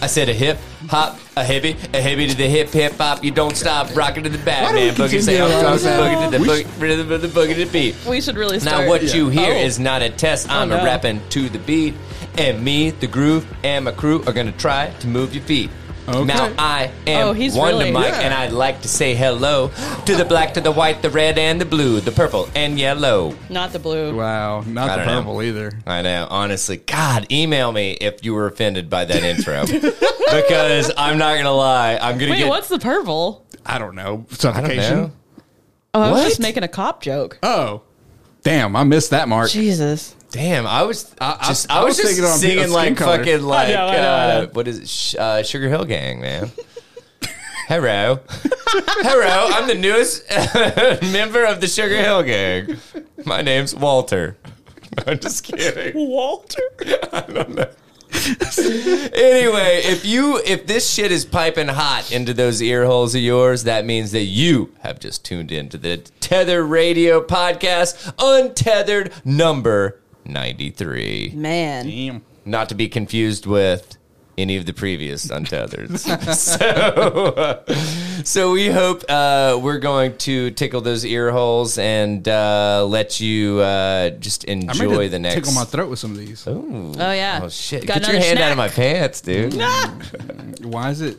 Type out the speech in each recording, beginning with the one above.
I said a hip hop, a heavy, a heavy to the hip hip hop. You don't stop rocking to the Why don't we Batman boogie. Say continue I'm along drunk, boogie to the now? boogie, rhythm of the boogie to the beat. We should really start. Now what you hear Oh. is not a test. I'm Oh, no. a rapping to the beat, and me, the groove, and my crew are gonna try to move your feet. Okay. Now I am Oh, he's Wonder really- Mike, Yeah. and I'd like to say hello to the black, to the white, the red, and the blue, the purple and yellow. Not the blue. Wow, not I the don't know. purple either. I know, honestly. God, email me if you were offended by that intro, because I'm not gonna lie, I'm gonna Wait, get. what's the purple? I don't know. I Suffocation. don't know. Oh, I was What? just making a cop joke. Oh, damn! I missed that mark. Jesus. Damn, I was I- just, I I, was, was thinking just on singing skin like color. fucking like know, I know, I uh, know. what is it? Sh- uh, Sugar Hill Gang, man. Hello, hello, I'm the newest member of the Sugar Hill Gang. My name's Walter. I'm just kidding. Walter. Anyway, if you if this shit is piping hot into those ear holes of yours, that means that you have just tuned in to the Tether Radio Podcast, Untethered number ninety three. Man. Damn. not to be confused with any of the previous untethered. so, so we hope uh, we're going to tickle those ear holes and uh, let you uh, just I meant enjoy to the next. Tickle my throat with some of these. Oh yeah. oh shit! Got Get your another hand out of my snack. Ah! pants, dude. Why is it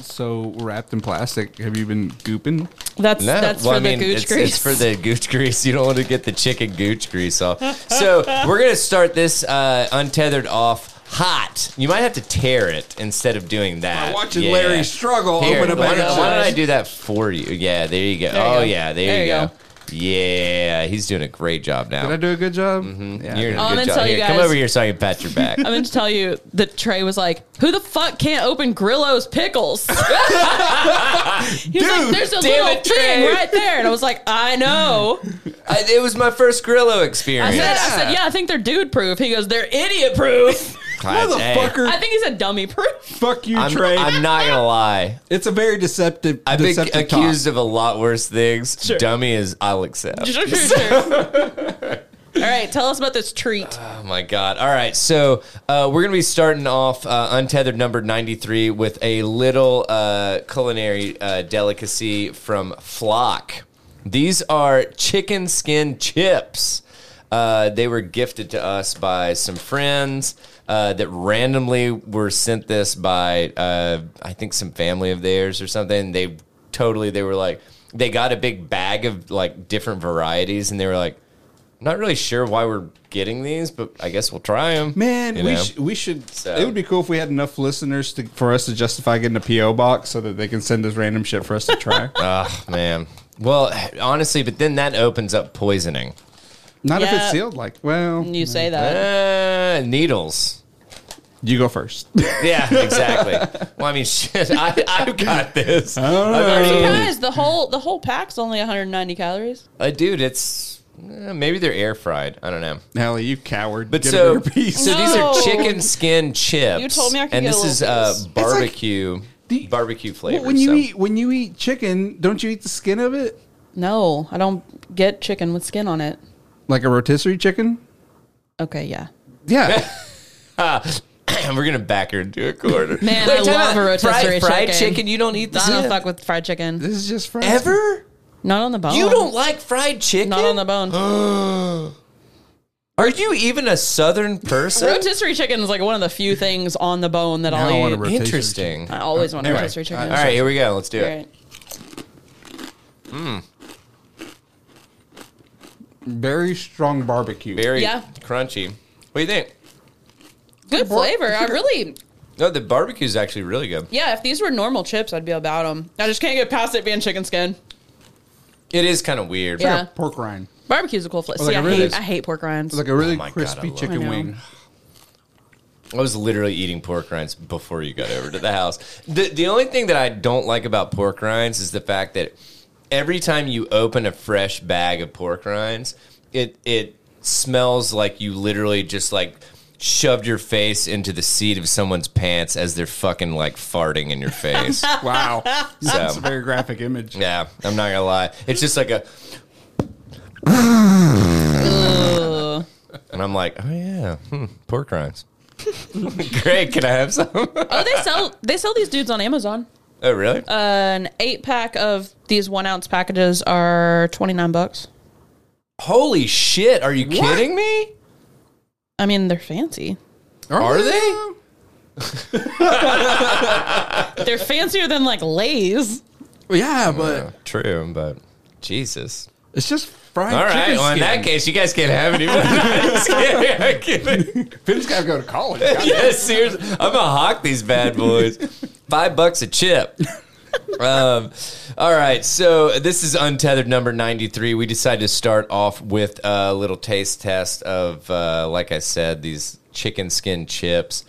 so wrapped in plastic? Have you been gooping? That's No, that's well, for I mean, the gooch it's, grease. it's for the gooch grease. You don't want to get the chicken gooch grease off. So we're gonna start this uh, untethered off hot. You might have to tear it instead of doing that. watching Larry struggle Here, open a why, package. don't- why don't I do that for you? Yeah, there you go. you oh go. yeah, there, There you you go. go. Yeah, he's doing a great job now. Did I do a good job? Yeah. Mm-hmm. You're doing a I'm good gonna job. tell you Here, come guys- over here so I can pat your back. I'm going to tell you that Trey was like, "Who the fuck can't open Grillo's pickles?" He was like, Dude, "There's a damn little it, thing Trey. right there," and I was like, "I know." I, it was my first Grillo I experience. said, uh, "I said, yeah, I think they're dude proof." He goes, "They're idiot proof." God, hey, Motherfucker, I think he said dummy proof. fuck you, I'm, Trey. I'm not gonna lie. it's a very deceptive. I've been deceptive accused of a lot worse things. Sure. Dummy is I'll Oh. accept. Sure, sure, sure. All right, tell us about this treat. Ah, Oh my god! All right, so uh, we're gonna be starting off uh, untethered number ninety three with a little uh, culinary uh, delicacy from Flock. These are chicken skin chips. Uh, they were gifted to us by some friends uh, that randomly were sent this by uh, I think some family of theirs or something. They totally they were like they got a big bag of like different varieties and they were like not really sure why we're getting these, but I guess we'll try them. Man, we, sh- we should. So- It would be cool if we had enough listeners to, for us to justify getting a PO box so that they can send us random shit for us to try. oh man. Well, honestly, but then that opens up poisoning. Not if Yeah. it's sealed. Like, well, You say that. Uh, needles. you go first. Yeah, exactly. well, I mean, shit, I, I've got this. I don't have I'm already, surprised the whole the whole pack's only 190 calories. uh, dude, it's uh, maybe they're air fried. I don't know. Hallie, you coward. But Get a so, bigger piece. so these are No. chicken skin chips. You told me I could and get a this little is uh, piece. like- barbecue, The- barbecue flavor. Well, when you so- eat when you eat chicken, don't you eat the skin of it No, I don't get chicken with skin on it. like a rotisserie chicken? Okay, yeah. Yeah, Uh, we're gonna back her into a corner. Man, I time out. love a fried, rotisserie fried chicken. chicken. You don't eat the I don't skin. fuck with fried chicken. this is just fried. ever. Not on the bone. You don't like fried chicken? Not on the bone. Are you even a southern person? rotisserie chicken is like one of the few things on the bone that Now I I'll want eat. a rotisserie Interesting. I always want Anyway, rotisserie chicken. all All right, here we go. Let's do All it. right. Very strong barbecue. Very Yeah. crunchy. What do you think? Good flavor. I really, No, the barbecue's actually really good. yeah. If these were normal chips, I'd be about them. I just can't get past it being chicken skin. It is kind of weird. Yeah. Like a pork rind. Barbecue's a cool flavor. Well, like See, it I really is. hate, I hate pork rinds. It's like a really my God, I crispy love I chicken know. wing. I was literally eating pork rinds before you got over to the house. The the only thing that I don't like about pork rinds is the fact that every time you open a fresh bag of pork rinds, it it smells like you literally just like shoved your face into the seat of someone's pants as they're fucking like farting in your face. Wow, that's So. a very graphic image. yeah, I'm not gonna lie. It's just like a Ugh. and I'm like, oh yeah, hmm, pork rinds. Great. Can I have some? Oh, they sell they sell these dudes on Amazon. oh, really? An eight pack of these one ounce packages are twenty nine bucks. Holy shit. Are you kidding me? I mean, they're fancy. Oh, Are they? They're fancier than like Ah, Lay's. Yeah, but True, but Jesus. it's just fried All right. chicken Well, in skin. that case, you guys can't have any. more. I'm just kidding. I'm kidding. Finn's got to go to college. God. Yeah, seriously. I'm gonna hawk these bad boys. Five bucks a chip. Um, all right, so this is untethered number ninety three. We decided to start off with a little taste test of, uh, like I said, these chicken skin chips.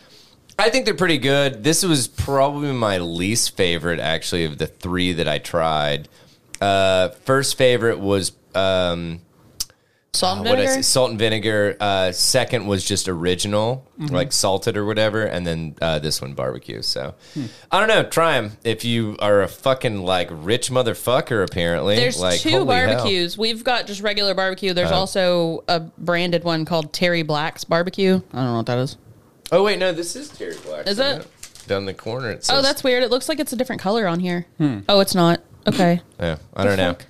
I think they're pretty good. This was probably my least favorite, actually, of the three that I tried. Uh, first favorite was um, Salt and what I vinegar. say, salt and vinegar. Uh, second was just original, Mm-hmm. like salted or whatever, and then uh, this one barbecue. So I don't know. Try them if you are a fucking like rich motherfucker. Apparently, There's like, two holy hell. Uh-huh. barbecues. We've got just regular barbecue. There's also a branded one called Terry Black's barbecue. Oh, I don't know what that is. Oh wait, no, this is Terry Black. Is isn't it? down the corner? It says, Oh, that's weird. It looks like it's a different color on here. Hmm. Oh, it's not. Okay. Yeah, I don't know. fuck?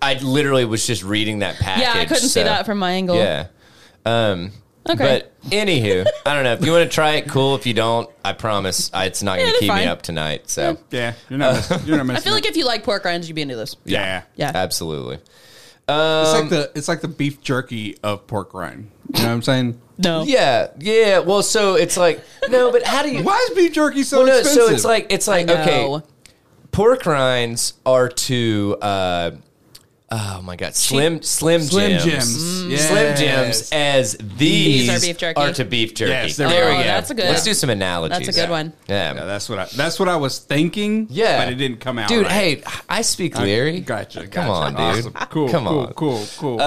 I literally was just reading that package. yeah, I couldn't see so- that from my angle. Yeah. Um, Okay. But anywho, I don't know if you want to try it. Cool. If you don't, I promise I, it's not going they're to keep me fine. up tonight. So. Yeah, you're not. miss- You're not missing. I feel like if you like pork rinds, you'd be into this. yeah. Yeah. Absolutely. It's like the it's like the beef jerky of pork rind. You know what I'm saying? No. Yeah, yeah. Well, so it's like no, but how do you? Why is beef jerky so Well, no, expensive? so it's like it's like okay, No. pork rinds are to uh, oh my god, slim slim Slim jims. Jims. Mm. Yes. Slim Jims as these, Mm. are beef jerky. to beef jerky. Yes, there there we we go. go. That's a good- Let's do some analogies. That's a good one. Yeah. Yeah, that's what I that's what I was thinking. Yeah. but it didn't come out. Dude, right. hey, I speak Larry. Gotcha. gotcha. Come on, dude. Awesome. Cool. Come cool, on. Uh, Cool. Cool.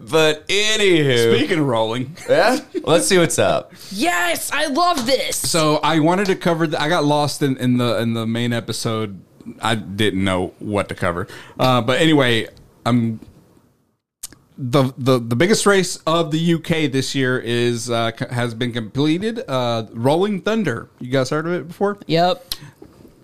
But anywho, Speaking of rolling, yeah, let's see what's up. Yes, I love this. so I wanted to cover. The, I got lost in, in the in the main episode. I didn't know what to cover. Uh, but anyway, I'm the, the the biggest race of the UK this year is uh, c- has been completed. Uh, Rolling Thunder. You guys heard of it before? yep.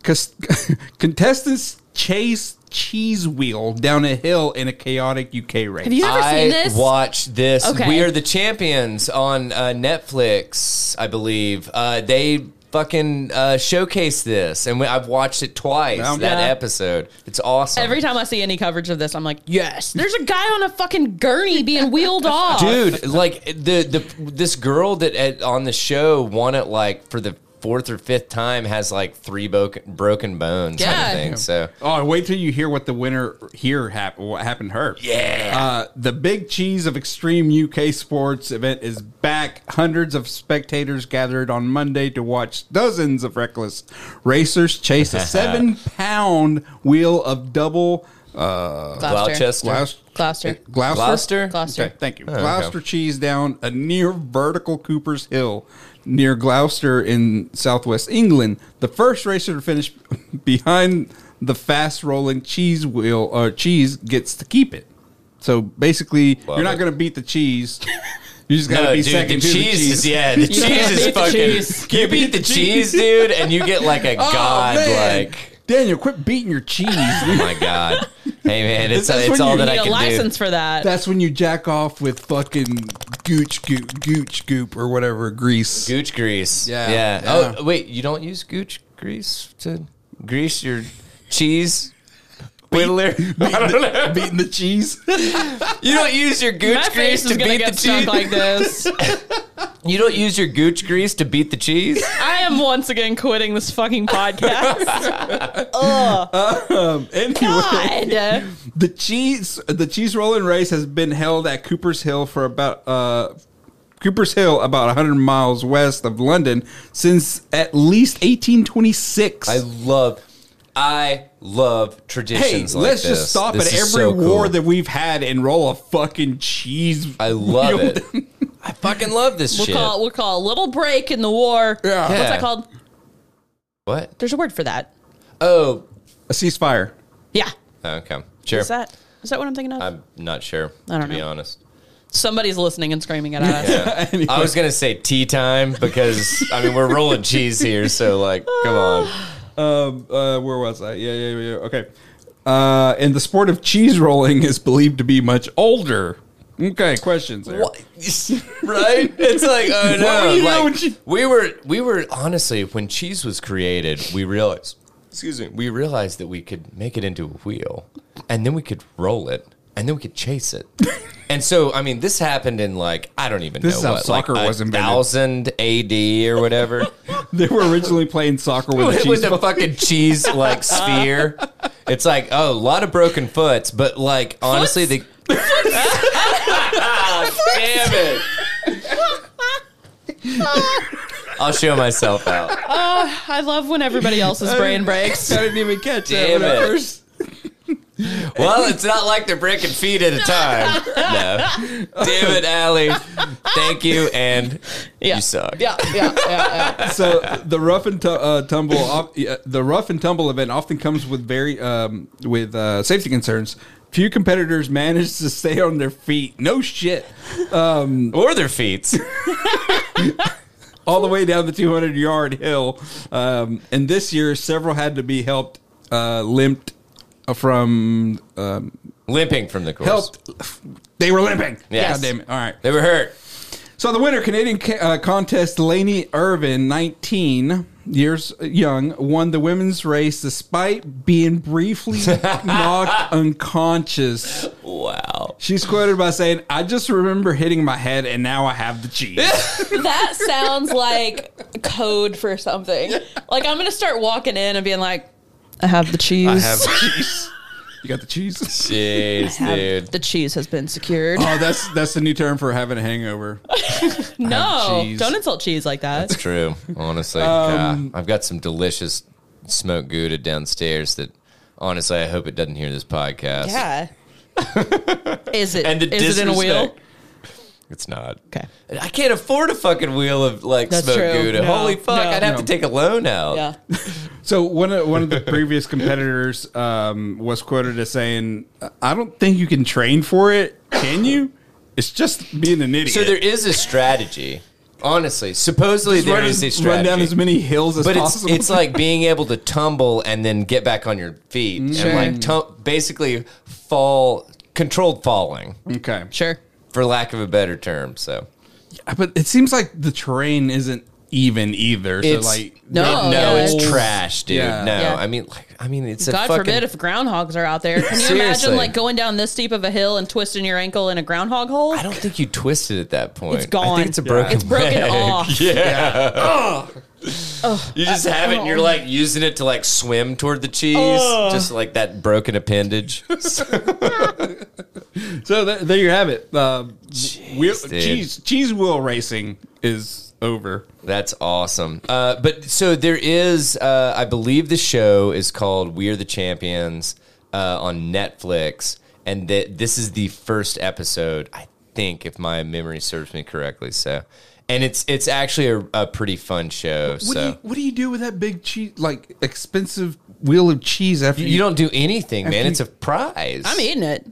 Cus- contestants chase cheese wheel down a hill in a chaotic UK race. Have you ever I seen this? watched this. Okay. We are the champions on uh, Netflix, I believe. Uh, they fucking uh, showcase this, and we, I've watched it twice. Yeah. That Yeah. episode, it's awesome. Every time I see any coverage of this, I'm like, yes. There's a guy on a fucking gurney being wheeled off. dude, like the the this girl that at, on the show won it like for the fourth or fifth time has like three bo- broken bones. kind of Yeah. thing, so. Oh, wait till you hear what the winner here happened. What happened to her? Yeah. Uh, the big cheese of extreme UK sports event is back. Hundreds of spectators gathered on Monday to watch dozens of reckless racers chase a seven-pound wheel of double uh, Gloucester. Gloucester. Gloucester. Gloucester. Gloucester? Gloucester. Okay, thank you. okay. Gloucester cheese down a near vertical Cooper's Hill near Gloucester in southwest England. The first racer to finish behind the fast rolling cheese wheel or cheese gets to keep it. So basically, Love you're it. not going to beat the cheese. You just got to No, be dude, second the to cheese, the is cheese. yeah, the You can't cheese is beat the fucking. cheese. You beat the cheese, dude, and you get like a Oh, god man. like. Daniel, quit beating your cheese. Oh my god. Hey man, it's, This is it's when all you that Need I a can license do. for that. That's when you jack off with fucking gooch goop, gooch goop or whatever grease. Gooch grease. Yeah, Yeah. yeah. Oh wait, you don't use gooch grease to grease your cheese whittler? I don't know. Beating the cheese. You don't use your gooch My grease face to is gonna beat the get cheese. stunk like this. you don't use your gooch grease to beat the cheese. I am once again quitting this fucking podcast. Um, Anyway. God. The cheese the cheese rolling race has been held at Cooper's Hill for about uh Cooper's Hill about 100 miles west of London since at least 1826. I love I love hey, traditions let's like just this. stop This at every is so cool. war that we've had and roll a fucking cheese. I love it. I fucking love this We'll shit. call we'll call a little break in the war. Yeah. What's Yeah. that called? what? There's a word for that. Oh, A ceasefire. Yeah. okay. Sure. Is that is that what I'm thinking of? I'm not sure. I don't to be know. honest. Somebody's listening and screaming at us. I was gonna say tea time because I mean we're rolling cheese here, so like, come on. Um, uh, where was I? Yeah, yeah, yeah. Okay. Uh, and the sport of cheese rolling is believed to be much older. Okay, questions there. What? right? It's like, oh no. were you like, doing, Che- we were we were honestly when cheese was created, we realized excuse me, we realized that we could make it into a wheel and then we could roll it and then we could chase it. and so I mean this happened in like I don't even This is know how what soccer like was invented. thousand AD or whatever. They were originally playing soccer with a cheese. with ball. a fucking cheese like sphere. It's like, oh, a lot of broken foots, but like honestly the Damn it. I'll show myself out. I love when everybody else's brain breaks. I didn't even catch Damn that when I it. first- Well, it's not like they're breaking feet at a time. No. Damn it, Allie. Thank you, and Yeah. you suck. Yeah, yeah, yeah, yeah. So the rough and tu- uh, tumble, op- yeah, the rough and tumble event often comes with very um, with uh, safety concerns. Few competitors manage to stay on their feet. No shit. Or their feet. all the way down the 200 yard hill. Um, and this year, several had to be helped, uh, limped from um, Limping from the course. helped. They were limping. Yes. God damn it. All right. They were hurt. So the winner, Canadian ca- uh, contest, Lainey Irvin, 19 years young, won the women's race despite being briefly knocked unconscious. Wow. She's quoted by saying, I just remember hitting my head and now I have the cheese. That sounds like code for something. Like I'm gonna start walking in and being like, I have the cheese. I have the cheese. You got the cheese? Jeez, Have- dude. The cheese has been secured. Oh, that's that's the new term for having a hangover. no, cheese. don't insult cheese like that. It's true, honestly. Um, God, I've got some delicious smoked gouda downstairs that, honestly, I hope it doesn't hear this podcast. Yeah. is it? And the is it in a wheel? disrespect. It's not. Okay. I can't afford a fucking wheel of like That's smoked true. gouda. No. Holy fuck, No. I'd have to No. take a loan out. Yeah. So one of one of the previous competitors um, was quoted as saying, "I don't think you can train for it, can you? It's just being an idiot." So there is a strategy. Honestly, supposedly Just there run, is a as- run strategy. down as many hills as but it's, possible. it's like being able to tumble and then get back on your feet Sure. and like tum- basically fall controlled falling okay, Sure. for lack of a better term so but it seems like the terrain isn't even either. So It's- like, No, It- no, yeah. it's trash, dude. Yeah. No, Yeah. I mean, like, I mean, it's a God fucking. forbid if groundhogs are out there. Can you Seriously. imagine like going down this steep of a hill and twisting your ankle in a groundhog hole? I don't think you twisted at that point. It's gone. I think it's a broken. It's broken Oh. leg. off. Yeah. You just have it, and you're oh. like using it to like swim toward the cheese, Ugh. just like that broken appendage. so th- there you have it. Uh, wheel, dude. cheese cheese wheel racing is over. That's awesome. Uh, but so there is, uh, I believe the show is called We Are the Champions uh, on Netflix. And that this is the first episode, I think, if my memory serves me correctly. So, and it's it's actually a, a pretty fun show. What, so do you, what do you do with that big cheese, like expensive wheel of cheese? After you, don't do anything, man. you- it's a prize. I'm eating it.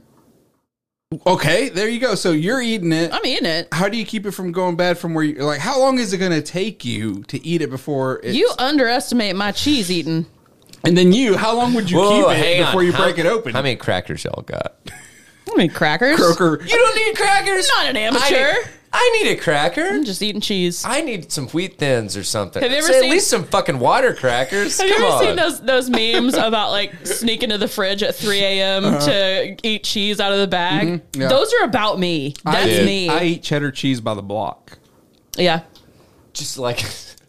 Okay, there you go. So you're eating it. I'm eating it. how do you keep it from going bad from where you like? How long is it going to take you to eat it before it's, You underestimate my cheese eating. And then you, how long would you Whoa, keep it hang on. before you How- break it open? How many crackers y'all got? I mean crackers. Croaker. You don't need crackers. Not an I amateur. need, I need a cracker. I'm just eating cheese. I need some wheat thins or something. Have you ever Say at seen- least some fucking water crackers? Have you Come ever on. seen those those memes about like sneaking to the fridge at 3 a.m. Uh-huh. to eat cheese out of the bag? Mm-hmm. yeah. Those are about me. I That's eat- me. I eat cheddar cheese by the block, yeah. just like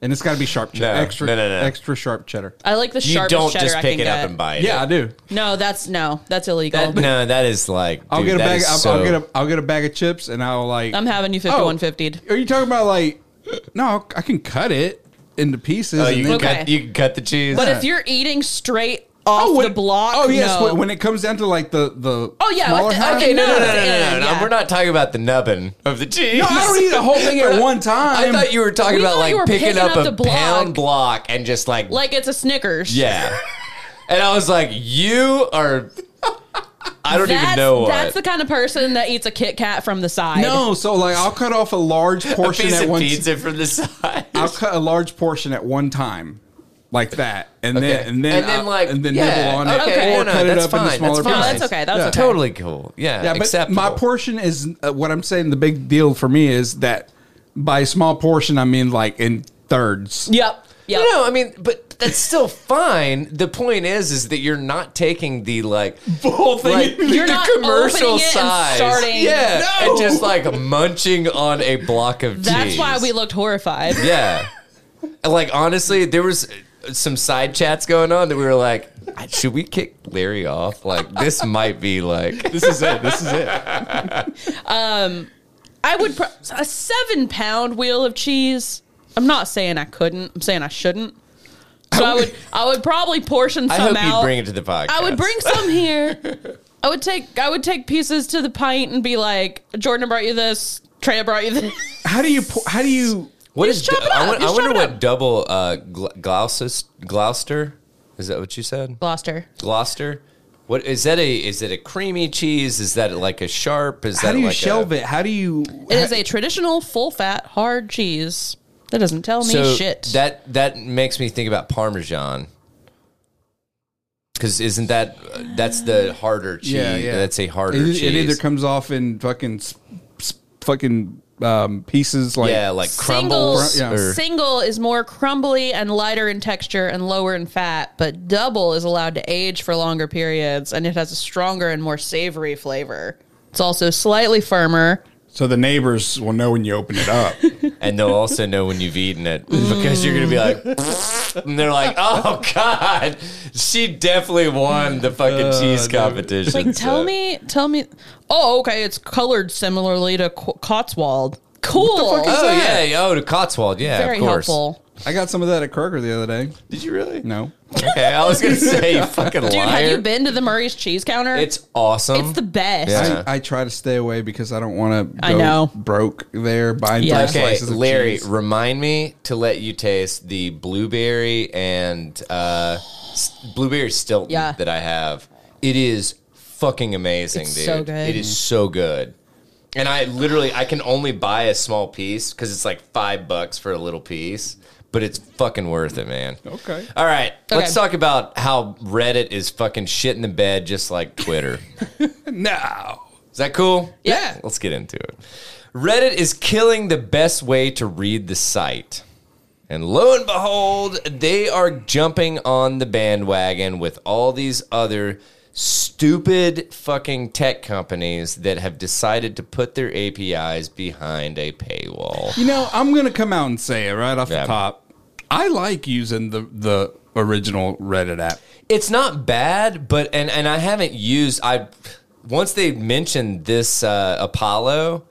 and it's got to be sharp cheddar, No, extra, no, no, no. extra sharp cheddar. I like the you sharpest don't cheddar just I pick can it get. up and bite Yeah, I it. do. No, that's no, that's illegal. That, no, that is like I'll dude, get a that bag. is I'll, so- I'll get a. I'll get a bag of chips, and I'll like. I'm having you Oh. 5150. Are you talking about like? No, I can cut it into pieces. Oh, and you then- can Okay. cut. You can cut the cheese. But if you're eating straight off when- the block, Oh yes, no. when- when it comes down to like the the. Oh, yeah, like smaller the- half. okay, no, no, no, no, no, no, no, Yeah, yeah. We're not talking about the nubbin of the cheese. No, I don't eat the whole thing at one time. I thought you were talking We about thought you like were picking picking up, up a the block. pound block and just like, like it's a Snickers. yeah. and I was like, you are I don't that's, even know what. that's the kind of person that eats a Kit Kat from the side. No, so like I'll cut off a large a portion piece at of one. pizza from the side. I'll cut a large portion at one time, like that, and then Okay. and then And then, I'll- like, and then yeah, nibble on it, okay, no, or no, cut it that's up into fine, smaller that's fine. pieces. No, that's okay. That's Yeah. okay. Totally cool. Yeah, Yeah, but acceptable. my portion is uh, what I'm saying. The big deal for me is that by small portion I mean like in thirds. Yep. Yep. No, I mean, but that's still fine. The point is, is that you're not taking the like whole thing. like You're the not commercial opening it and size, starting- yeah, No! and just like munching on a block of That's cheese. why we looked horrified. yeah. Like honestly, there was some side chats going on that we were like, should we kick Larry off? Like this might be like this is it. This is it. I would pro- a seven pound wheel of cheese. I'm not saying I couldn't. I'm saying I shouldn't. So I would. I would probably portion I some hope out. you bring it to the podcast. I would bring some here. I would take. I would take pieces to the pint and be like, Jordan brought you this. Treya brought you this. How do you? po- How do you? What Just is? chop it I, up, wonder- just I wonder chop it what double uh, gl- Gloucester Gloucester is that what you said? Gloucester. Gloucester. What is that? A is it a creamy cheese? Is that like a sharp? Is How that do you like shelve a, it? How do you? It is a traditional full fat hard cheese. That doesn't tell me So shit. that that makes me think about Parmesan. Because isn't that that's the harder cheese? That's a harder it, cheese. It either comes off in fucking, s- s- fucking um, pieces like yeah, like Single, crumbles. Crum- yeah. or- single is more crumbly and lighter in texture and lower in fat, but double is allowed to age for longer periods and it has a stronger and more savory flavor. It's also slightly firmer. So the neighbors will know when you open it up. and they'll also know when you've eaten it because you're gonna be like, and they're like, oh god, she definitely won the fucking cheese competition. Like, tell so- me, tell me. Oh, okay. It's colored similarly to Qu- Cotswold. Cool. Oh yeah, yeah, oh to Cotswold, yeah, Very of course. helpful. I got some of that at Kroger the other day. Did you really? No, Okay, I was gonna say you fucking Dude, liar. have you been to the Murray's Cheese Counter? It's awesome. It's the best. Yeah. I, I try to stay away because I don't want to. I know. broke there buying Yeah. three Okay, slices of Larry, cheese. remind me to let you taste the blueberry and uh, s- blueberry Stilton Yeah. that I have. It is fucking amazing, It's dude. so good. It is so good. And I literally, I can only buy a small piece because it's like five bucks for a little piece, but it's fucking worth it, man. Okay. All right, let's Okay. talk about how Reddit is fucking shit in the bed, just like Twitter. No. Is that cool? Yeah. Let's get into it. Reddit is killing the best way to read the site. And lo and behold, they are jumping on the bandwagon with all these other stupid fucking tech companies that have decided to put their APIs behind a paywall. You know, I'm gonna come out and say it right off Yeah. the top. I like using the the original Reddit app. it's not bad, but and and I haven't used I once they mentioned this uh, Apollo,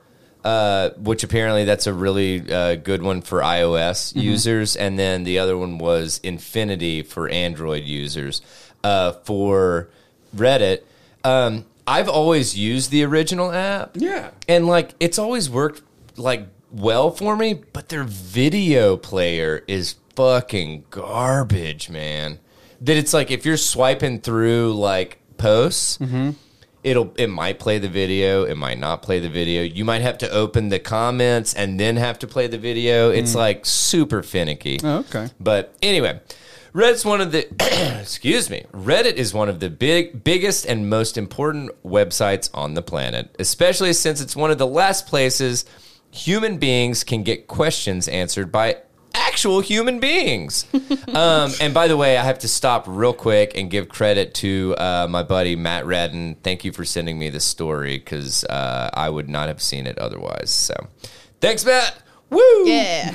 uh, which apparently that's a really uh, good one for iOS users, and then the other one was Infinity for Android users uh, for Reddit. Um, I've always used the original app, Yeah. and like it's always worked like well for me, but their video player is fucking garbage, man. That it's like if you're swiping through like posts, it'll it might play the video, it might not play the video. You might have to open the comments and then have to play the video. It's like super finicky. Oh, Okay. But anyway, Reddit's one of the excuse me. Reddit is one of the big biggest and most important websites on the planet, especially since it's one of the last places human beings can get questions answered by actual human beings. um, and by the way, I have to stop real quick and give credit to uh, my buddy Matt Redden. Thank you for sending me this story because uh, I would not have seen it otherwise. So, thanks, Matt. Woo! Yeah.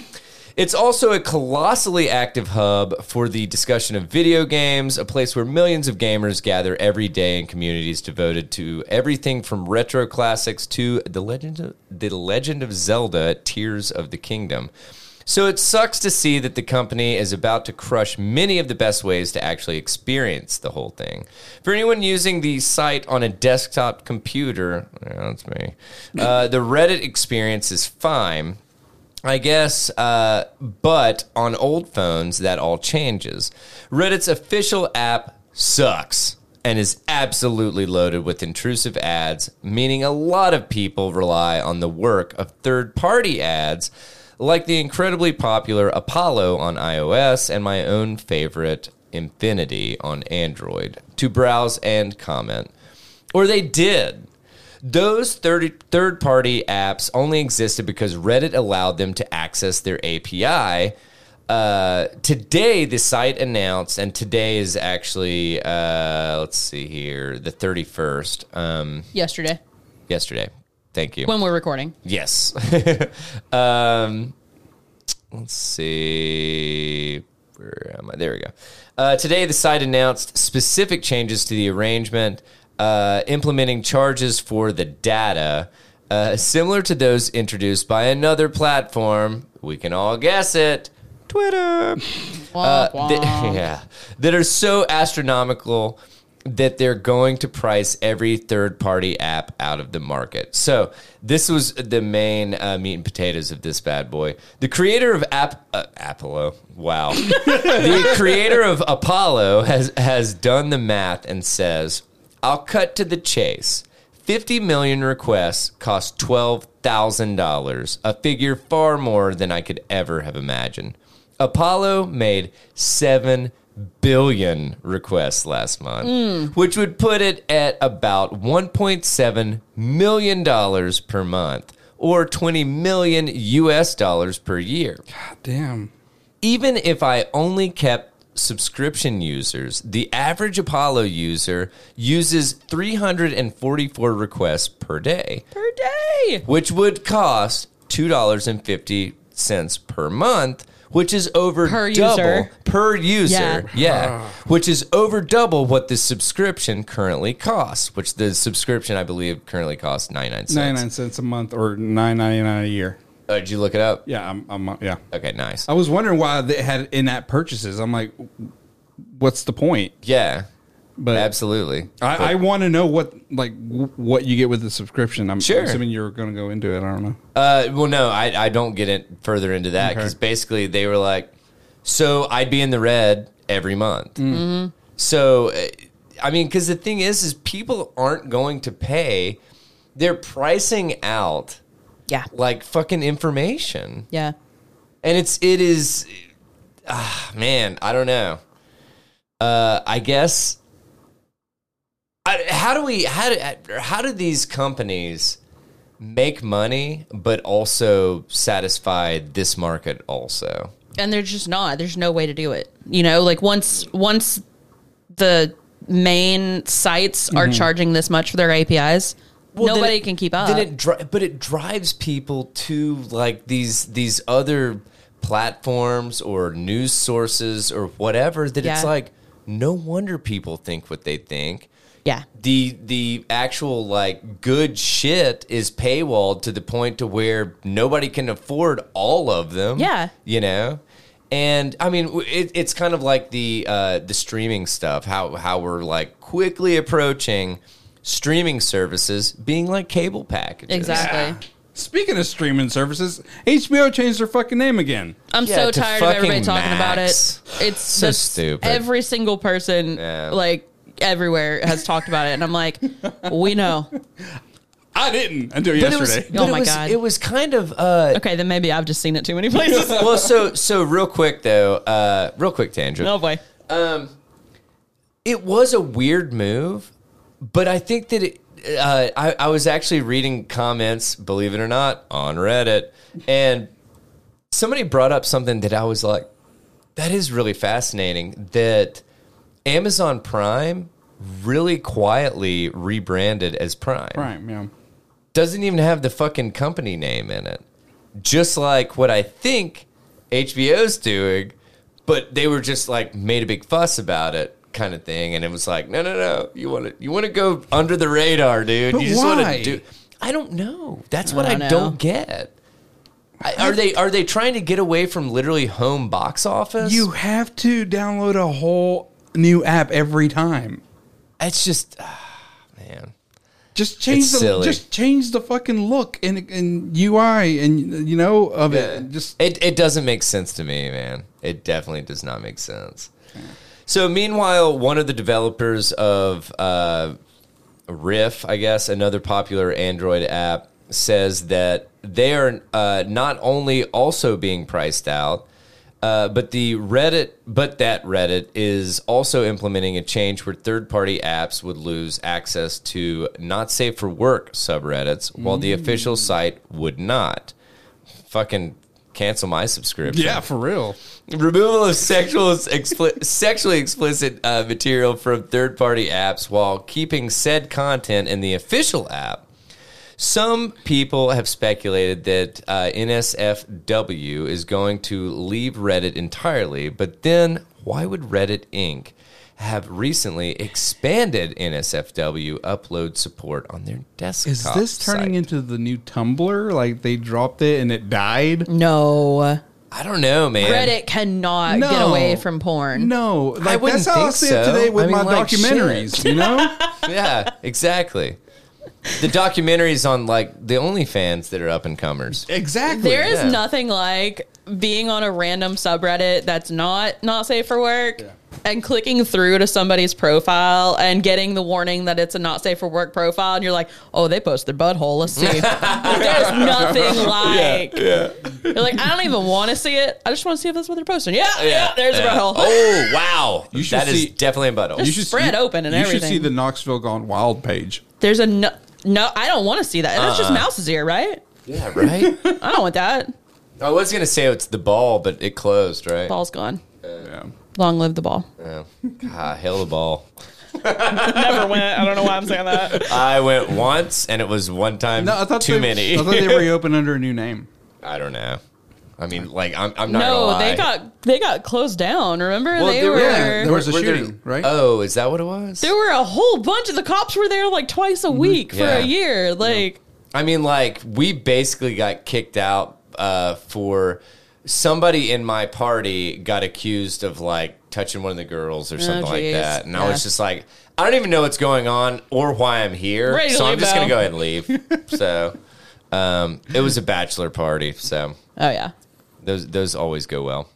It's also a colossally active hub for the discussion of video games, a place where millions of gamers gather every day in communities devoted to everything from retro classics to the legend of, the Legend of Zelda: Tears of the Kingdom. So it sucks to see that the company is about to crush many of the best ways to actually experience the whole thing. For anyone using the site on a desktop computer, yeah, that's me. Uh, the Reddit experience is fine. I guess, uh, but on old phones, that all changes. Reddit's official app sucks. and is absolutely loaded with intrusive ads, meaning a lot of people rely on the work of third party ads like the incredibly popular Apollo on iOS and my own favorite Infinity on Android to browse and comment. Or they did. Those 30, third party apps only existed because Reddit allowed them to access their API. Uh, today, the site announced, and today is actually, uh, let's see here, the 31st, um, yesterday yesterday. Thank you. when we're recording. Yes. um, let's see. Where am I? There we go. Uh, today, the site announced specific changes to the arrangement, uh, implementing charges for the data, uh, similar to those introduced by another platform. We can all guess it Twitter. Womp Uh, th- womp. yeah, that are so astronomical that they're going to price every third-party app out of the market. So this was the main uh, meat and potatoes of this bad boy. The creator of App uh, Apollo, wow, the creator of Apollo has has done the math and says, "I'll cut to the chase." 50 million requests cost $12,000, a figure far more than I could ever have imagined. Apollo made 7 billion requests last month, which would put it at about $1.7 million per month or 20 million US dollars per year God damn. even if I only kept subscription users, the average Apollo user uses 344 requests per day, Per day. which would cost $2.50 per month, which is over Per double user. per user. Yeah. yeah. Which is over double what the subscription currently costs, which the subscription I believe currently costs 99 cents. 99 cents a month or 9.99 a year. Uh, did you look it up? Yeah, I'm, I'm uh, yeah. Okay, nice. I was wondering why they had in-app purchases. I'm like what's the point? Yeah. But Absolutely. But- I, I want to know what like w- what you get with the subscription. I'm Sure. assuming you're going to go into it. I don't know. Uh, well, no, I, I don't get it further into that because basically they were like, so I'd be in the red every month. So, uh, I mean, because the thing is, is people aren't going to pay. They're pricing out Yeah. like fucking information, Yeah. and it's it is, ah, man, I don't know. Uh, I guess. I, how do we how do, how do these companies? make money but also satisfy this market also and there's just not there's no way to do it you know like once once the main sites are charging this much for their apis Mm-hmm. then nobody it- can keep up then it dri- but it drives people to like these these other platforms or news sources or whatever that Yeah. it's like no wonder people think what they think yeah the the actual like good shit is paywalled to the point to where nobody can afford all of them. Yeah. you know, and I mean w- it, it's kind of like the uh, the streaming stuff. How how we're like quickly approaching streaming services being like cable packages. exactly Speaking of streaming services, HBO changed their fucking name again. i'm Yeah, so to tired of everybody fucking talking about Max. it it's so stupid. every single person Yeah. like everywhere has talked about it and i'm like we know I didn't until But it was, yesterday. but Oh it my was- God. It was kind of uh, okay then maybe i've just seen it too many places well. So so real quick though, uh, real quick tangent. oh boy it was a weird move, but I think that it. Uh, I, I was actually reading comments, believe it or not, on Reddit, and somebody brought up something that I was like, "That is really fascinating." That Amazon Prime really quietly rebranded as Prime. Prime, yeah. Doesn't even have the fucking company name in it, just like what I think HBO's doing, but they were just like made a big fuss about it kind of thing and it was like no no no you want to you want to go under the radar dude But you just want to why? do I don't know that's what I, don't know. don't get I, are they are they trying to get away from literally home box office You have to download a whole new app every time. it's just ah, man Just change It's the silly. just change the fucking look and and UI and you know of it. Just It it doesn't make sense to me, man. It definitely does not make sense. So meanwhile, one of the developers of uh, Riff, I guess, another popular Android app, says that they are uh, not only also being priced out, uh, but the Reddit, but that Reddit is also implementing a change where third-party apps would lose access to not safe for work subreddits, while the official site would not. Fucking cancel my subscription Yeah, for real. removal of sexual expli- sexually explicit uh, material from third party apps while keeping said content in the official app. Some people have speculated that uh, NSFW is going to leave Reddit entirely, but then why would Reddit Inc. have recently expanded NSFW upload support on their desktop? Is this turning site? into the new Tumblr? Like they dropped it and it died? No. I don't know, man. Reddit cannot No. get away from porn. No, like wouldn't that's how I think see it so. today with I mean, my like, documentaries. You know, yeah, exactly. The documentaries on like the OnlyFans that are up and comers. exactly. There is Yeah. nothing like being on a random subreddit that's not not safe for work and clicking through to somebody's profile and getting the warning that it's a not safe for work profile and you're like, "Oh, they posted butthole. Let's see." Like, there's nothing like. You're like, "I don't even want to see it. I just want to see if that's what they're posting." Yeah, yeah, there's a butthole. Oh wow, that is should see- definitely a butthole. You should- spread open and you should everything. see the Knoxville Gone Wild page. There's a no, no I don't want to see that. That's just mouse's ear, right? yeah, right. I don't want that. I was gonna say it's the ball, but it closed, right? Ball's gone. Yeah. Long live the ball. Ah, hell the ball. Never went. I don't know why I'm saying that. I went once, and it was one time No, I thought too they, many. I thought they reopened under a new name. I don't know. I mean, like I'm, I'm not. gonna No, lie. they got they got closed down. Remember they there were were- there was a Were there- shooting, right? Oh, is that what it was? there were a whole bunch of the cops were there like twice a week for Yeah. a year. Like I mean, like we basically got kicked out uh, for somebody in my party got accused of like touching one of the girls or something like geez. that, and I Yeah. was just like, I don't even know what's going on or why I'm here, Ready to so I'm leave just gonna now. go ahead and leave. so, um, it was a bachelor party, so oh yeah. those those always go well.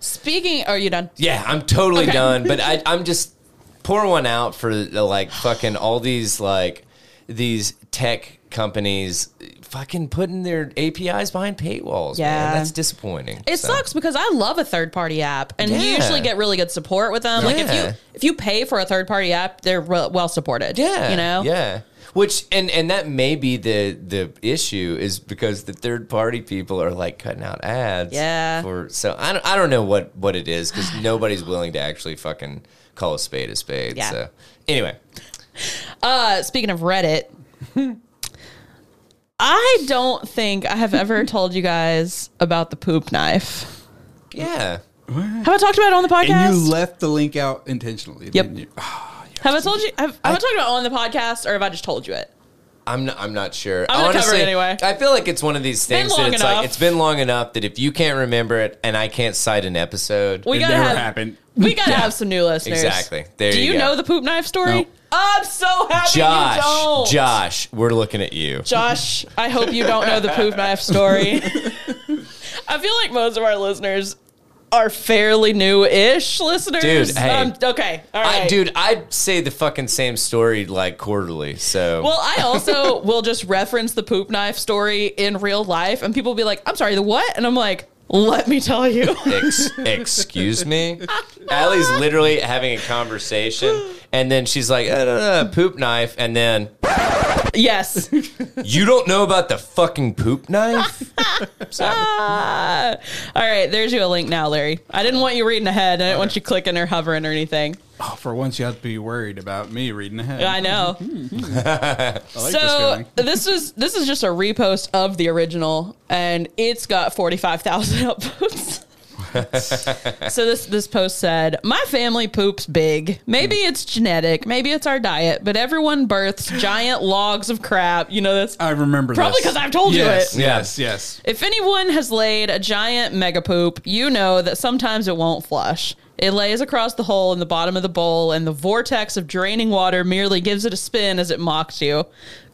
Speaking, are you done? Yeah, I'm totally Okay. done. But I, I'm just pour one out for the, like fucking all these like these tech companies fucking putting their APIs behind paywalls. Yeah, Yeah. that's disappointing. It So- sucks because I love a third party app and Yeah. you usually get really good support with them. Like if Yeah. you if you pay for a third party app, they're re- well supported. Yeah, you know. Yeah, which and and that may be the the issue is because the third party people are like cutting out ads. Yeah. For so I don't I don't know what what it is because nobody's willing to actually fucking call a spade a spade. Yeah. So anyway, Uh, speaking of Reddit, I don't think I have ever told you guys about the poop knife. yeah. Have I talked about it on the podcast? And you left the link out intentionally. didn't you? Have I told you? Have, have I, talked about it on the podcast, or have I just told you it? I'm not, I'm not sure. I'm gonna cover it anyway. I feel like it's one of these been things that long it's enough. like it's been long enough that if you can't remember it and I can't cite an episode, We It gotta never have. happened. We gotta have some new listeners. exactly. There Do you, go. know the poop knife story? No. I'm so happy you don't. Josh? Josh, we're looking at you. Josh, I hope you don't know the poop knife story. I feel like most of our listeners are fairly new-ish listeners. Um, Dude, hey. okay, all right, I, dude, I'd say the fucking same story like quarterly. So Well, I also will just reference the poop knife story in real life, and people will be like, "I'm sorry, the what?" And I'm like, "Let me tell you." Ex- excuse me? Allie's literally having a conversation and then she's like, "Uh, uh, uh, poop knife. And then, yes. you don't know about the fucking poop knife? So, Ah. All right, there's you a link now, Larry. I didn't want you reading ahead. I didn't want you clicking or hovering or anything. Oh, for once you have to be worried about me reading ahead. I know. Mm-hmm. I like this so feeling. this is this is just a repost of the original, and it's got forty five thousand upvotes. so this this post said, "My family poops big. Maybe Hmm. it's genetic. Maybe it's our diet. But everyone births giant logs of crap. You know that's I remember Probably this. 'cause I've told you yes, it. Yes, yes. If anyone has laid a giant mega poop, you know that sometimes it won't flush. It lays across the hole in the bottom of the bowl, and the vortex of draining water merely gives it a spin as it mocks you.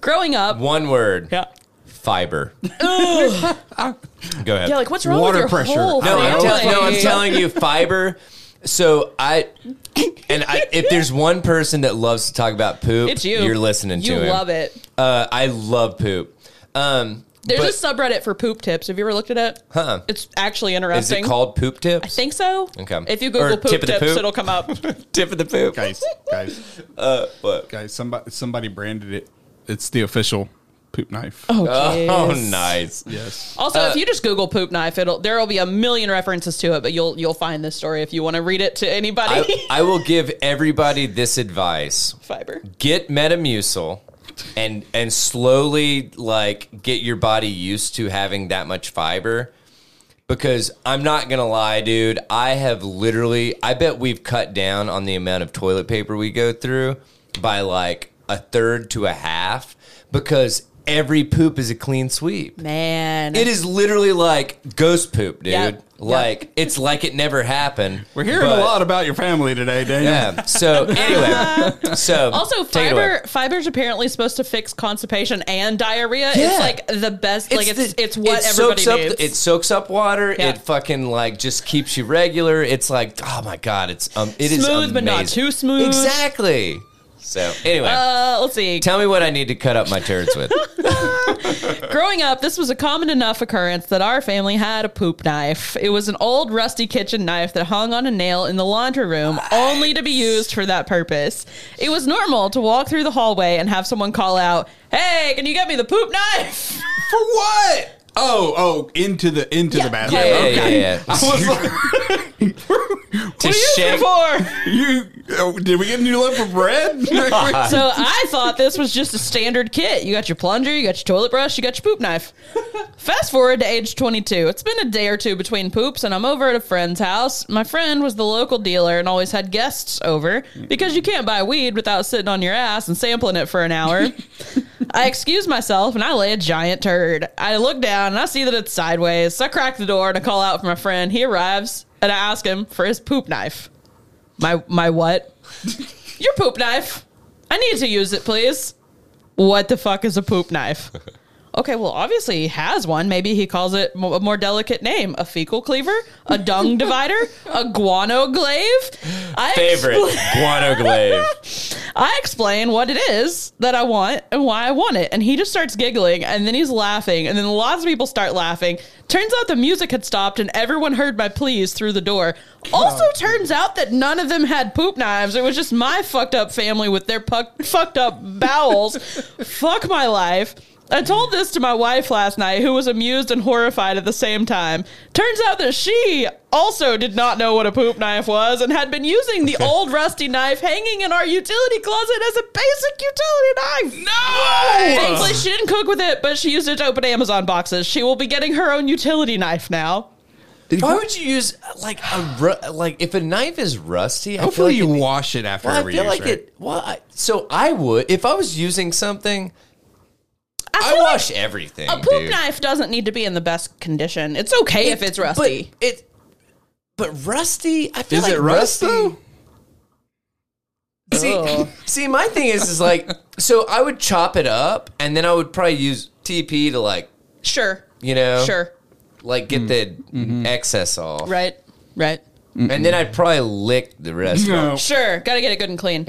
Growing up, one word. yeah, fiber. Go ahead. yeah, like what's wrong Water with your pressure. whole I no, I'm family? tell- no, I'm telling you, fiber. So I, and I, if there's one person that loves to talk about poop, It's you. You're listening You to him. love it. Uh, I love poop. Um, There's but- a subreddit for poop tips. Have you ever looked at it? Huh. It's actually Is interesting. it called poop tips? I think so. Okay. If you Or Google poop tip of the tips, poop. it'll come up. tip of the poop. guys, guys, Uh, What? guys. Somebody, somebody branded it. It's the official poop knife. Oh, Yes. nice. yes. Also, Uh, if you just Google poop knife, it'll there will be a million references to it, but you'll you'll find this story if you want to read it to anybody. I, I will give everybody this advice: Fiber. get Metamucil, and and slowly like get your body used to having that much fiber. Because I'm not gonna lie, dude, I have literally, I bet we've cut down on the amount of toilet paper we go through by like a third to a half because every poop is a clean sweep. Man. It is literally like ghost poop, dude. Yep. Like it's like it never happened. We're hearing but- a lot about your family today, Daniel. Yeah. So anyway, so also, take it away. fiber fiber's apparently supposed to fix constipation and diarrhea. Yeah. It's like the best. like it's the- it's what it everybody soaks up, needs. It soaks up water. Yeah. It fucking like just keeps you regular. It's like oh my god, it's um, it is Smooth, but not amazing. too smooth. Exactly. So anyway, uh, let's see. tell me what I need to cut up my turds with. Growing up, this was a common enough occurrence that our family had a poop knife. It was an old rusty kitchen knife that hung on a nail in the laundry room only to be used for that purpose. It was normal to walk through the hallway and have someone call out, Hey, can you get me the poop knife? For what? Oh, oh, into the into Yeah, the bathroom. Yeah, Okay. yeah, yeah. yeah. I was like, to Use shake. it for. you oh, did we get a new loaf of bread? So I thought this was just a standard kit. You got your plunger, you got your toilet brush, you got your poop knife. Fast forward to age 22. It's been a day or two between poops, and I'm over at a friend's house. My friend was the local dealer and always had guests over because you can't buy weed without sitting on your ass and sampling it for an hour. I excuse myself and I lay a giant turd. I look down and I see that it's sideways. So I crack the door and I call out for my friend. He arrives and I ask him for his poop knife. My my what? Your poop knife. I need to use it, please. What the fuck is a poop knife? Okay, well, obviously he has one. Maybe he calls it mo- a more delicate name: a fecal cleaver, a dung divider, a guano glaive. I Favorite expl- guano glaive. I explain what it is that I want and why I want it. And he just starts giggling and then he's laughing. And then lots of people start laughing. Turns out the music had stopped and everyone heard my pleas through the door. Also, turns out that none of them had poop knives. It was just my fucked up family with their puck- fucked up bowels. Fuck my life. I told this to my wife last night, who was amused and horrified at the same time. Turns out that she also did not know what a poop knife was and had been using the old rusty knife hanging in our utility closet as a basic utility knife. No! Thankfully, she didn't cook with it, but she used it to open Amazon boxes. She will be getting her own utility knife now. Why would you use like a ru- like if a knife is rusty? I feel Hopefully, like you it- wash it after Well, I every feel use. like right? it. Well, I, so I would if I was using something. I, feel like wash everything. A poop dude. knife doesn't need to be in the best condition. It's okay if it's rusty. But it. But rusty. I feel Is like it rust, rusty. though? See, Ugh. see, my thing is, is like, so I would chop it up, and then I would probably use TP to like, sure. you know, Sure. like Mm. get the Mm-hmm. excess off, Right. Right. and then I'd probably lick the rest. off. No. Sure, gotta get it good and clean.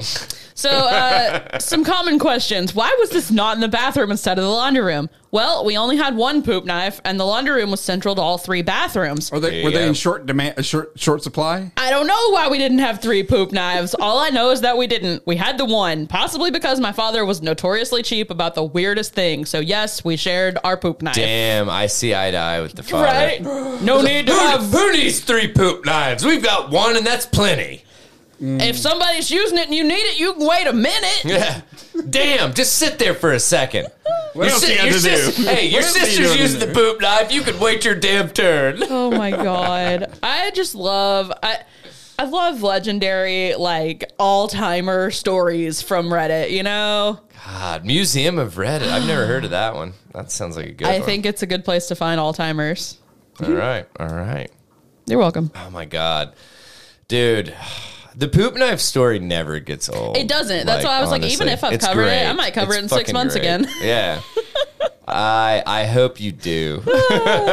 So, uh, some common questions. Why was this not in the bathroom instead of the laundry room? Well, we only had one poop knife, and the laundry room was central to all three bathrooms. Are they, were Yeah. they in short demand, uh, short short supply? I don't know why we didn't have three poop knives. All I know is that we didn't. We had the one, possibly because my father was notoriously cheap about the weirdest thing. So, yes, we shared our poop knife. Damn, I see eye to eye with the father. Right? No need to Who, have. who needs three poop knives? We've got one, and that's plenty. If somebody's using it and you need it, you can wait a minute. Yeah. Damn, just sit there for a second. What else you got to do? Hey, your What else are you sister's doing using in the there? poop knife. You could wait your damn turn. Oh my god. I just love I I love legendary like all-timer stories from Reddit, you know? God, Museum of Reddit. I've never heard of that one. That sounds like a good I one. think it's a good place to find all-timers. All right. All right. You're welcome. Oh my god. Dude, the poop knife story never gets old. It doesn't. That's why I was like, even if I've it's covered it, I might cover it in six fucking months again. Yeah. I I hope you do. All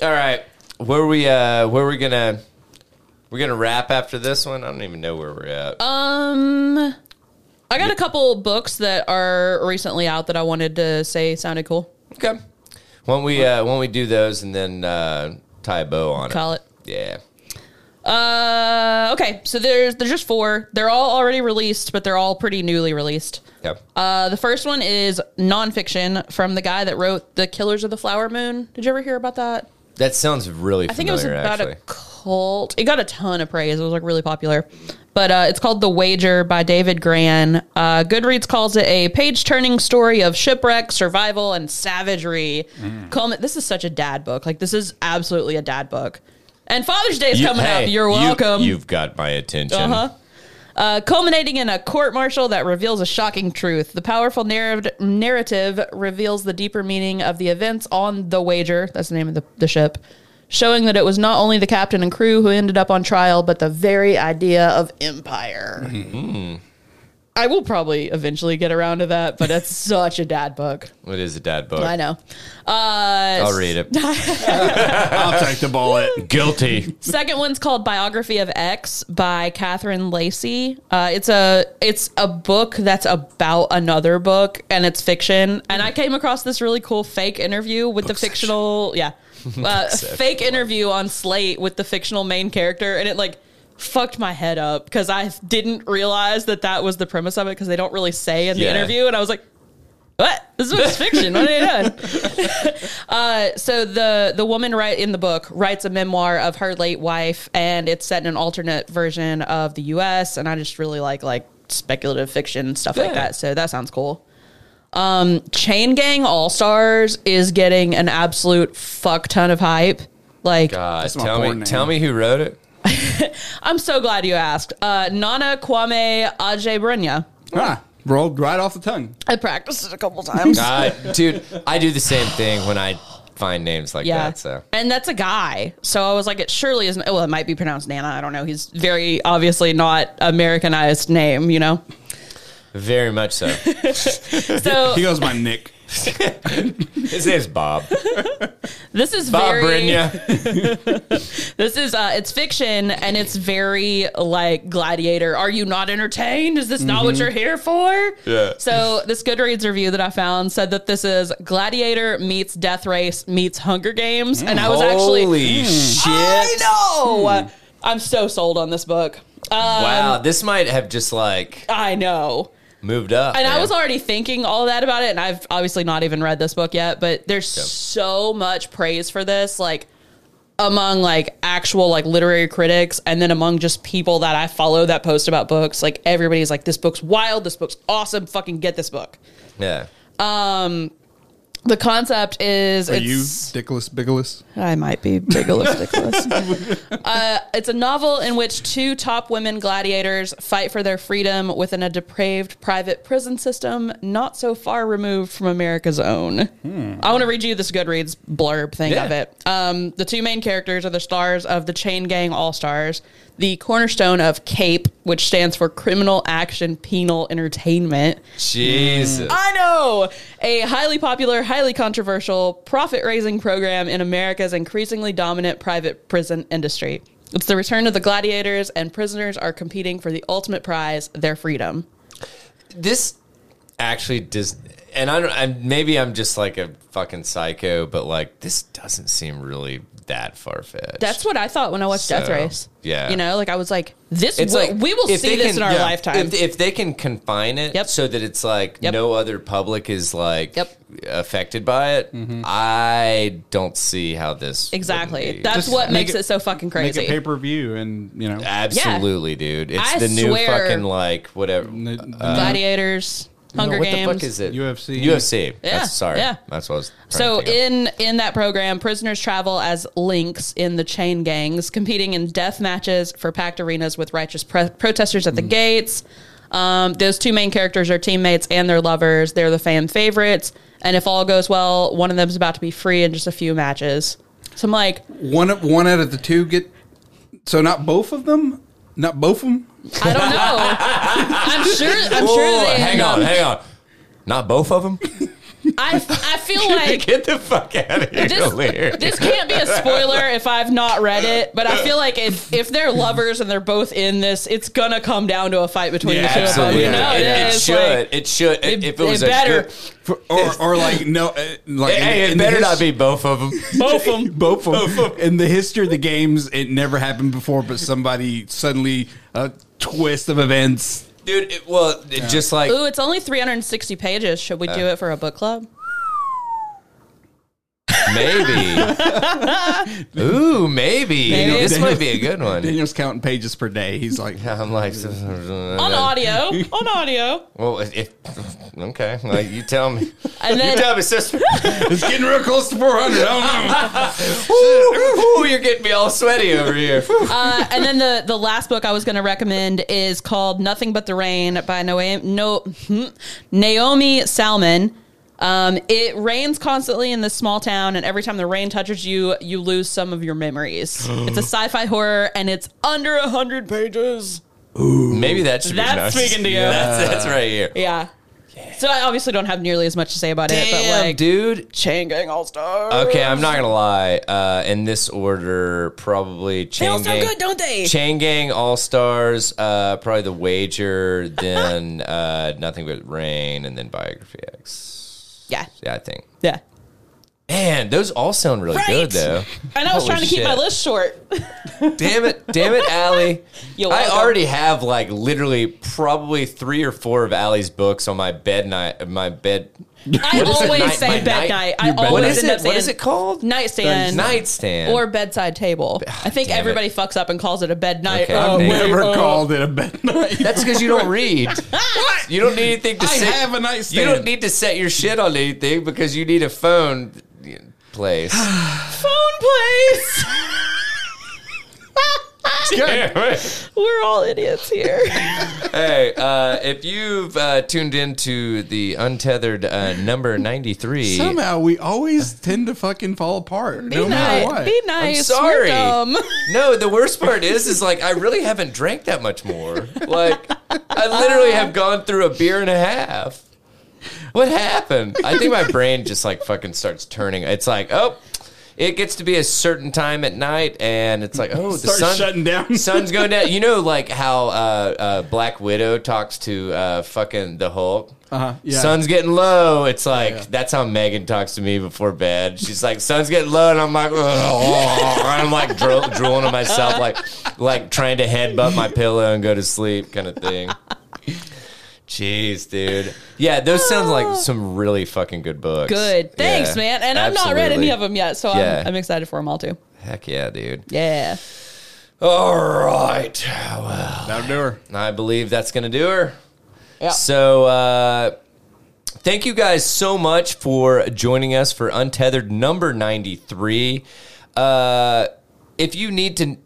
right. Where we uh where we gonna We're gonna wrap after this one. I don't even know where we're at. Um, I got a couple books that are recently out that I wanted to say sounded cool. okay. When we uh, when we do those and then uh, tie a bow on Call it. it. Yeah. Uh, okay, so there's there's just four. They're all already released, but they're all pretty newly released. Yep. Uh, the first one is nonfiction from the guy that wrote The Killers of the Flower Moon. Did you ever hear about that? that sounds really I think it was familiar, about actually. a cult. It got a ton of praise. It was like really popular. But uh, it's called The Wager by David Gran. Uh, Goodreads calls it a page turning story of shipwreck, survival, and savagery. Mm. Culmin- this is such a dad book. Like, this is absolutely a dad book. And Father's Day is You- coming hey, up. You're you- welcome. you've got my attention. Uh-huh. Uh, culminating in a court martial that reveals a shocking truth. The powerful narrative, narrative reveals the deeper meaning of the events on the wager. That's the name of the, the ship. Showing that it was not only the captain and crew who ended up on trial, but the very idea of empire. Mm-hmm. I will probably eventually get around to that, but that's such a dad book. It is a dad book. I know. Uh, I'll read it. I'll take the bullet. Guilty. Second one's called Biography of X by Catherine Lacey. Uh, it's a it's a book that's about another book and it's fiction. And I came across this really cool fake interview with the fictional yeah uh, fake interview on Slate with the fictional main character, and it like fucked my head up because I didn't realize that that was the premise of it because they don't really say in the Yeah. interview, and I was like. What? This was fiction. What are you doing? so the the woman right in the book writes a memoir of her late wife and it's set in an alternate version of the US and I just really like like speculative fiction stuff like Yeah. that. So that sounds cool. Um Chain Gang All Stars is getting an absolute fuck ton of hype. Like God, my tell me, porn name. tell me who wrote it. I'm so glad you asked. Uh Nana Kwame Ajebrenya. Ah, rolled right off the tongue. I practiced it a couple times. I, dude, I do the same thing when I find names like Yeah. that. So And that's a guy. So I was like, it surely isn't. Well, it might be pronounced Nana. I don't know. He's very obviously not Americanized name, you know? very much so. So He goes by Nick. His name's Bob. this is Bob very. Brynja. This is, uh, it's fiction and it's very like gladiator. Are you not entertained? Is this not what you're here for? Mm-hmm. Yeah. So this Goodreads review that I found said that this is gladiator meets death race meets Hunger Games. And I was actually. Hmm. Holy shit! I know. I'm so sold on this book. Uh, Wow, this might have just like I know. moved up. And I man. was already thinking all that about it, and I've obviously not even read this book yet, but there's so much praise for this, like among like actual like literary critics and then among just people that I follow that post about books. Like everybody's like, This book's wild, this book's awesome, fucking get this book. yeah. The concept is Are it's you Dickless Biggles? I might be bigotless Nicholas. uh, it's a novel in which two top women gladiators fight for their freedom within a depraved private prison system not so far removed from America's own. I want to read you this Goodreads blurb thing of Yeah. it. Um, the two main characters are the stars of the Chain Gang All Stars, the cornerstone of CAPE, which stands for Criminal Action Penal Entertainment. Jesus. I know. A highly popular, highly controversial profit raising program in America's increasingly dominant private prison industry. It's the return of the gladiators, and prisoners are competing for the ultimate prize, their freedom. this actually does and I don't I, maybe I'm just like a fucking psycho, but like this doesn't seem really that far fetched. That's what I thought when I watched Death So, Race. yeah. You know, like I was like, this will, we will if see they this can- in our yeah. lifetime. If, if they can confine it Yep. so that it's like Yep. no other public is like Yep. affected by it, I don't see how this wouldn't exactly. be. That's Just what make makes it, it- so fucking crazy. Make a pay per view, and you know, Uh, absolutely, dude. It's I the new swear- fucking like whatever. the- Uh, the gladiators, Hunger what Games. the fuck is it? UFC. UFC. Yeah, That's, sorry. yeah. That's what I was. trying to So think of. in in that program, prisoners travel as links in the chain gangs, competing in death matches for packed arenas with righteous pro- protesters Mm. at the gates. Um, those two main characters are teammates and their lovers. They're the fan favorites, and if all goes well, one of them's about to be free in just a few matches. So I'm like, one one out of the two get. So not both of them. Not both of them. I don't know. I'm sure. I'm Whoa, sure. They hang end on, up- hang on. Not both of them. I, I feel like Get the fuck out of here, this, Lear. this can't be a spoiler if I've not read it, but I feel like if, if they're lovers and they're both in this, it's gonna come down to a fight between Yeah, the two Absolutely. of them. You know, it, it is, should. like, it should. it- if it was it a better- good- For, or, or like no, uh, like in- hey, it in the better his- not be both of them. both of them. both of them. In the history of the games, it never happened before, but somebody suddenly a twist of events. Dude, it, well, it just like Ooh, it's only 360 pages. Should we do it for a book club? maybe. Ooh, maybe. Maybe. This might be a good one. Daniel's counting pages per day. He's like, I'm like, Uh, On audio. On audio. well, if, okay, like you tell me. And You then tell me, sister. it's getting real close to four hundred. I Ooh, you're getting me all sweaty over here. uh, and then the the last book I was going to recommend is called Nothing But the Rain by Noam, no, hmm, Naomi Salmon. Um, it rains constantly in this small town, and every time the rain touches you, you lose some of your memories. it's a sci-fi horror, and it's under hundred pages. Maybe that should be nice. That's speaking to you. That's, that's right here. Yeah. So I obviously don't have nearly as much to say about it, but Damn, like dude. Chain Gang All Stars. Okay, I'm not gonna lie. Uh, in this order, probably Chain They all sound Gang, good, don't they? Chain Gang All Stars, uh, probably the Wager, then uh, Nothing But Rain, and then Biography X. yeah, Yeah, I think. yeah. Man, those all sound really Right? good though. And I was Holy trying to keep shit. my list short. Damn it, damn it, Allie. You're I welcome. already have like literally probably three or four of Allie's books on my bed night. My bed. I What is it? always Night- say my bed night- night. I Your bed- always What is end it? Oh, up What saying is it called? Nightstand. Nightstand. or bedside table. I think damn it. everybody fucks up and calls it a bed night. Okay. Oh, I've wait, never oh. called it a bed night. That's because you don't read. You don't need anything to I sit- have a nightstand. You don't need to set your shit on anything because you need a phone place. phone place. We're all idiots here. hey, uh, if you've uh, tuned into the untethered uh, number 93, Somehow we always tend to fucking fall apart, Be no matter nice. what. Be I'm nice. We're sorry. dumb. No, the worst part is, is like I really haven't drank that much more. Like I literally have gone through a beer and a half. What happened? I think my brain just like fucking starts turning. It's like, oh, it gets to be a certain time at night, and it's like, oh, the Start sun shutting down. sun's going down. You know, like how uh, uh, Black Widow talks to uh, fucking the Hulk. Uh-huh, yeah. Sun's getting low. It's like that's how Megan talks to me before bed. She's like, "Sun's getting low," and I'm like, "Ugh." And I'm like drool- drooling on myself, like like trying to headbutt my pillow and go to sleep, kind of thing. Jeez, dude. Yeah, those sound like some really fucking good books. Ah. Good. Thanks, Yeah, man. And I've not read absolutely. any of them yet, so Yeah. I'm, I'm excited for them all too. Heck yeah, dude. Yeah. All right. Well, That'll do her. I believe that's gonna do her. Yeah. So uh, thank you guys so much for joining us for Untethered number ninety three. Uh, if you need to,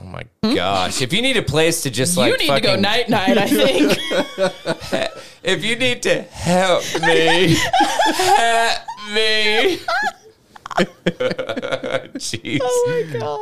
oh my gosh, if you need a place to just like Hmm? you need to go fucking- night night. I think. If you need to help me, help me. Jeez. oh my god.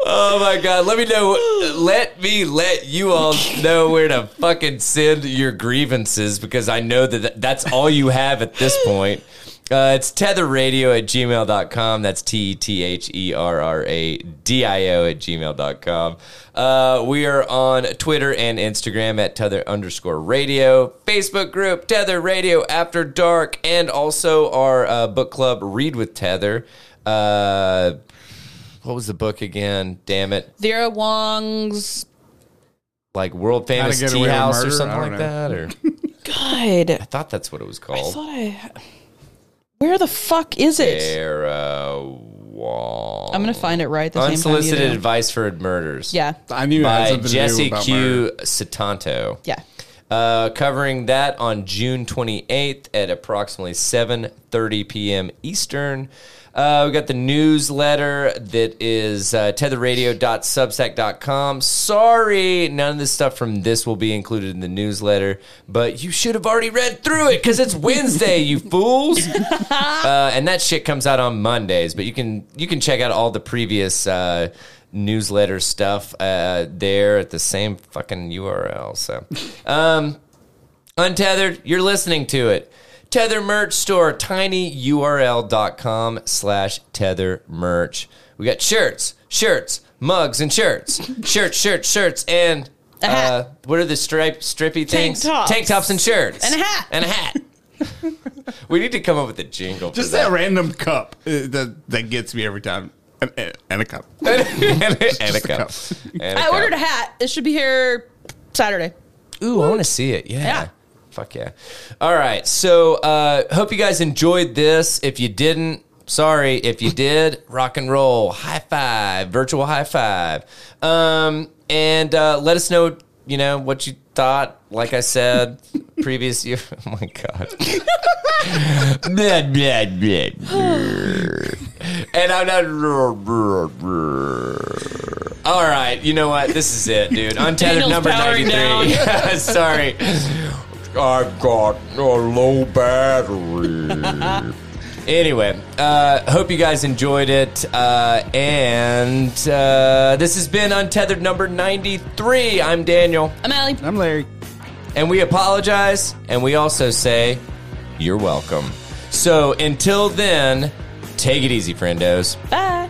Oh my god, let me know let me let you all know where to fucking send your grievances because I know that th- that's all you have at this point. Uh, it's tetherradio at gmail.com. That's T E T H E R R A D I O at gmail.com. Uh, we are on Twitter and Instagram at tether underscore radio, Facebook group Tether Radio After Dark, and also our uh, book club Read with Tether. Uh, what was the book again? Damn it. Vera Wong's Like world famous Get tea Away with house or Murder? something I like don't that or God. I thought that's what it was I called. thought I. Where the fuck is it? Sarah Wong. I'm gonna find it right the same time. uh, Unsolicited you do. advice for murders. Yeah, I knew it had By something to do Jesse about murder. Q. Satanto. yeah. Uh, covering that on June 28th at approximately 7:30 p.m. Eastern. Uh, we got the newsletter that is uh, tetherradio.substack.com. Sorry, none of the stuff from this will be included in the newsletter, but you should have already read through it because it's Wednesday, you fools. Uh, and that shit comes out on Mondays. But you can you can check out all the previous uh, newsletter stuff uh, there at the same fucking URL. So, um, untethered, you're listening to it. Tether merch store, tinyurl.com slash tether merch. We got shirts, shirts, mugs, and shirts. shirts, shirts, shirts, and A hat. uh, what are the stripe strippy things? tops. Tank tops and shirts. And a hat. And a hat. we need to come up with a jingle. Just for that random cup uh, that that gets me every time. And, and- and a cup. and, a, and a a cup. cup. And a I ordered a cup. hat. It should be here Saturday. Ooh, I want to see it. Yeah. Yeah. Fuck yeah. All right. So, uh, hope you guys enjoyed this. If you didn't, sorry. If you did, rock and roll, high five, virtual high five. Um, and uh, let us know, you know, what you thought. Like I said, previous year. Oh my god. Blah, blah, blah, brr. and I'm not. brr, brr, brr. All right, you know what? This is it, dude. Untethered Daniel's number powering 93. Sorry. I've got a low battery. anyway, uh, hope you guys enjoyed it. Uh, and uh, this has been Untethered number 93. I'm Daniel. I'm Allie. I'm Larry. And we apologize, and we also say, you're welcome. So until then, take it easy, friendos. Bye.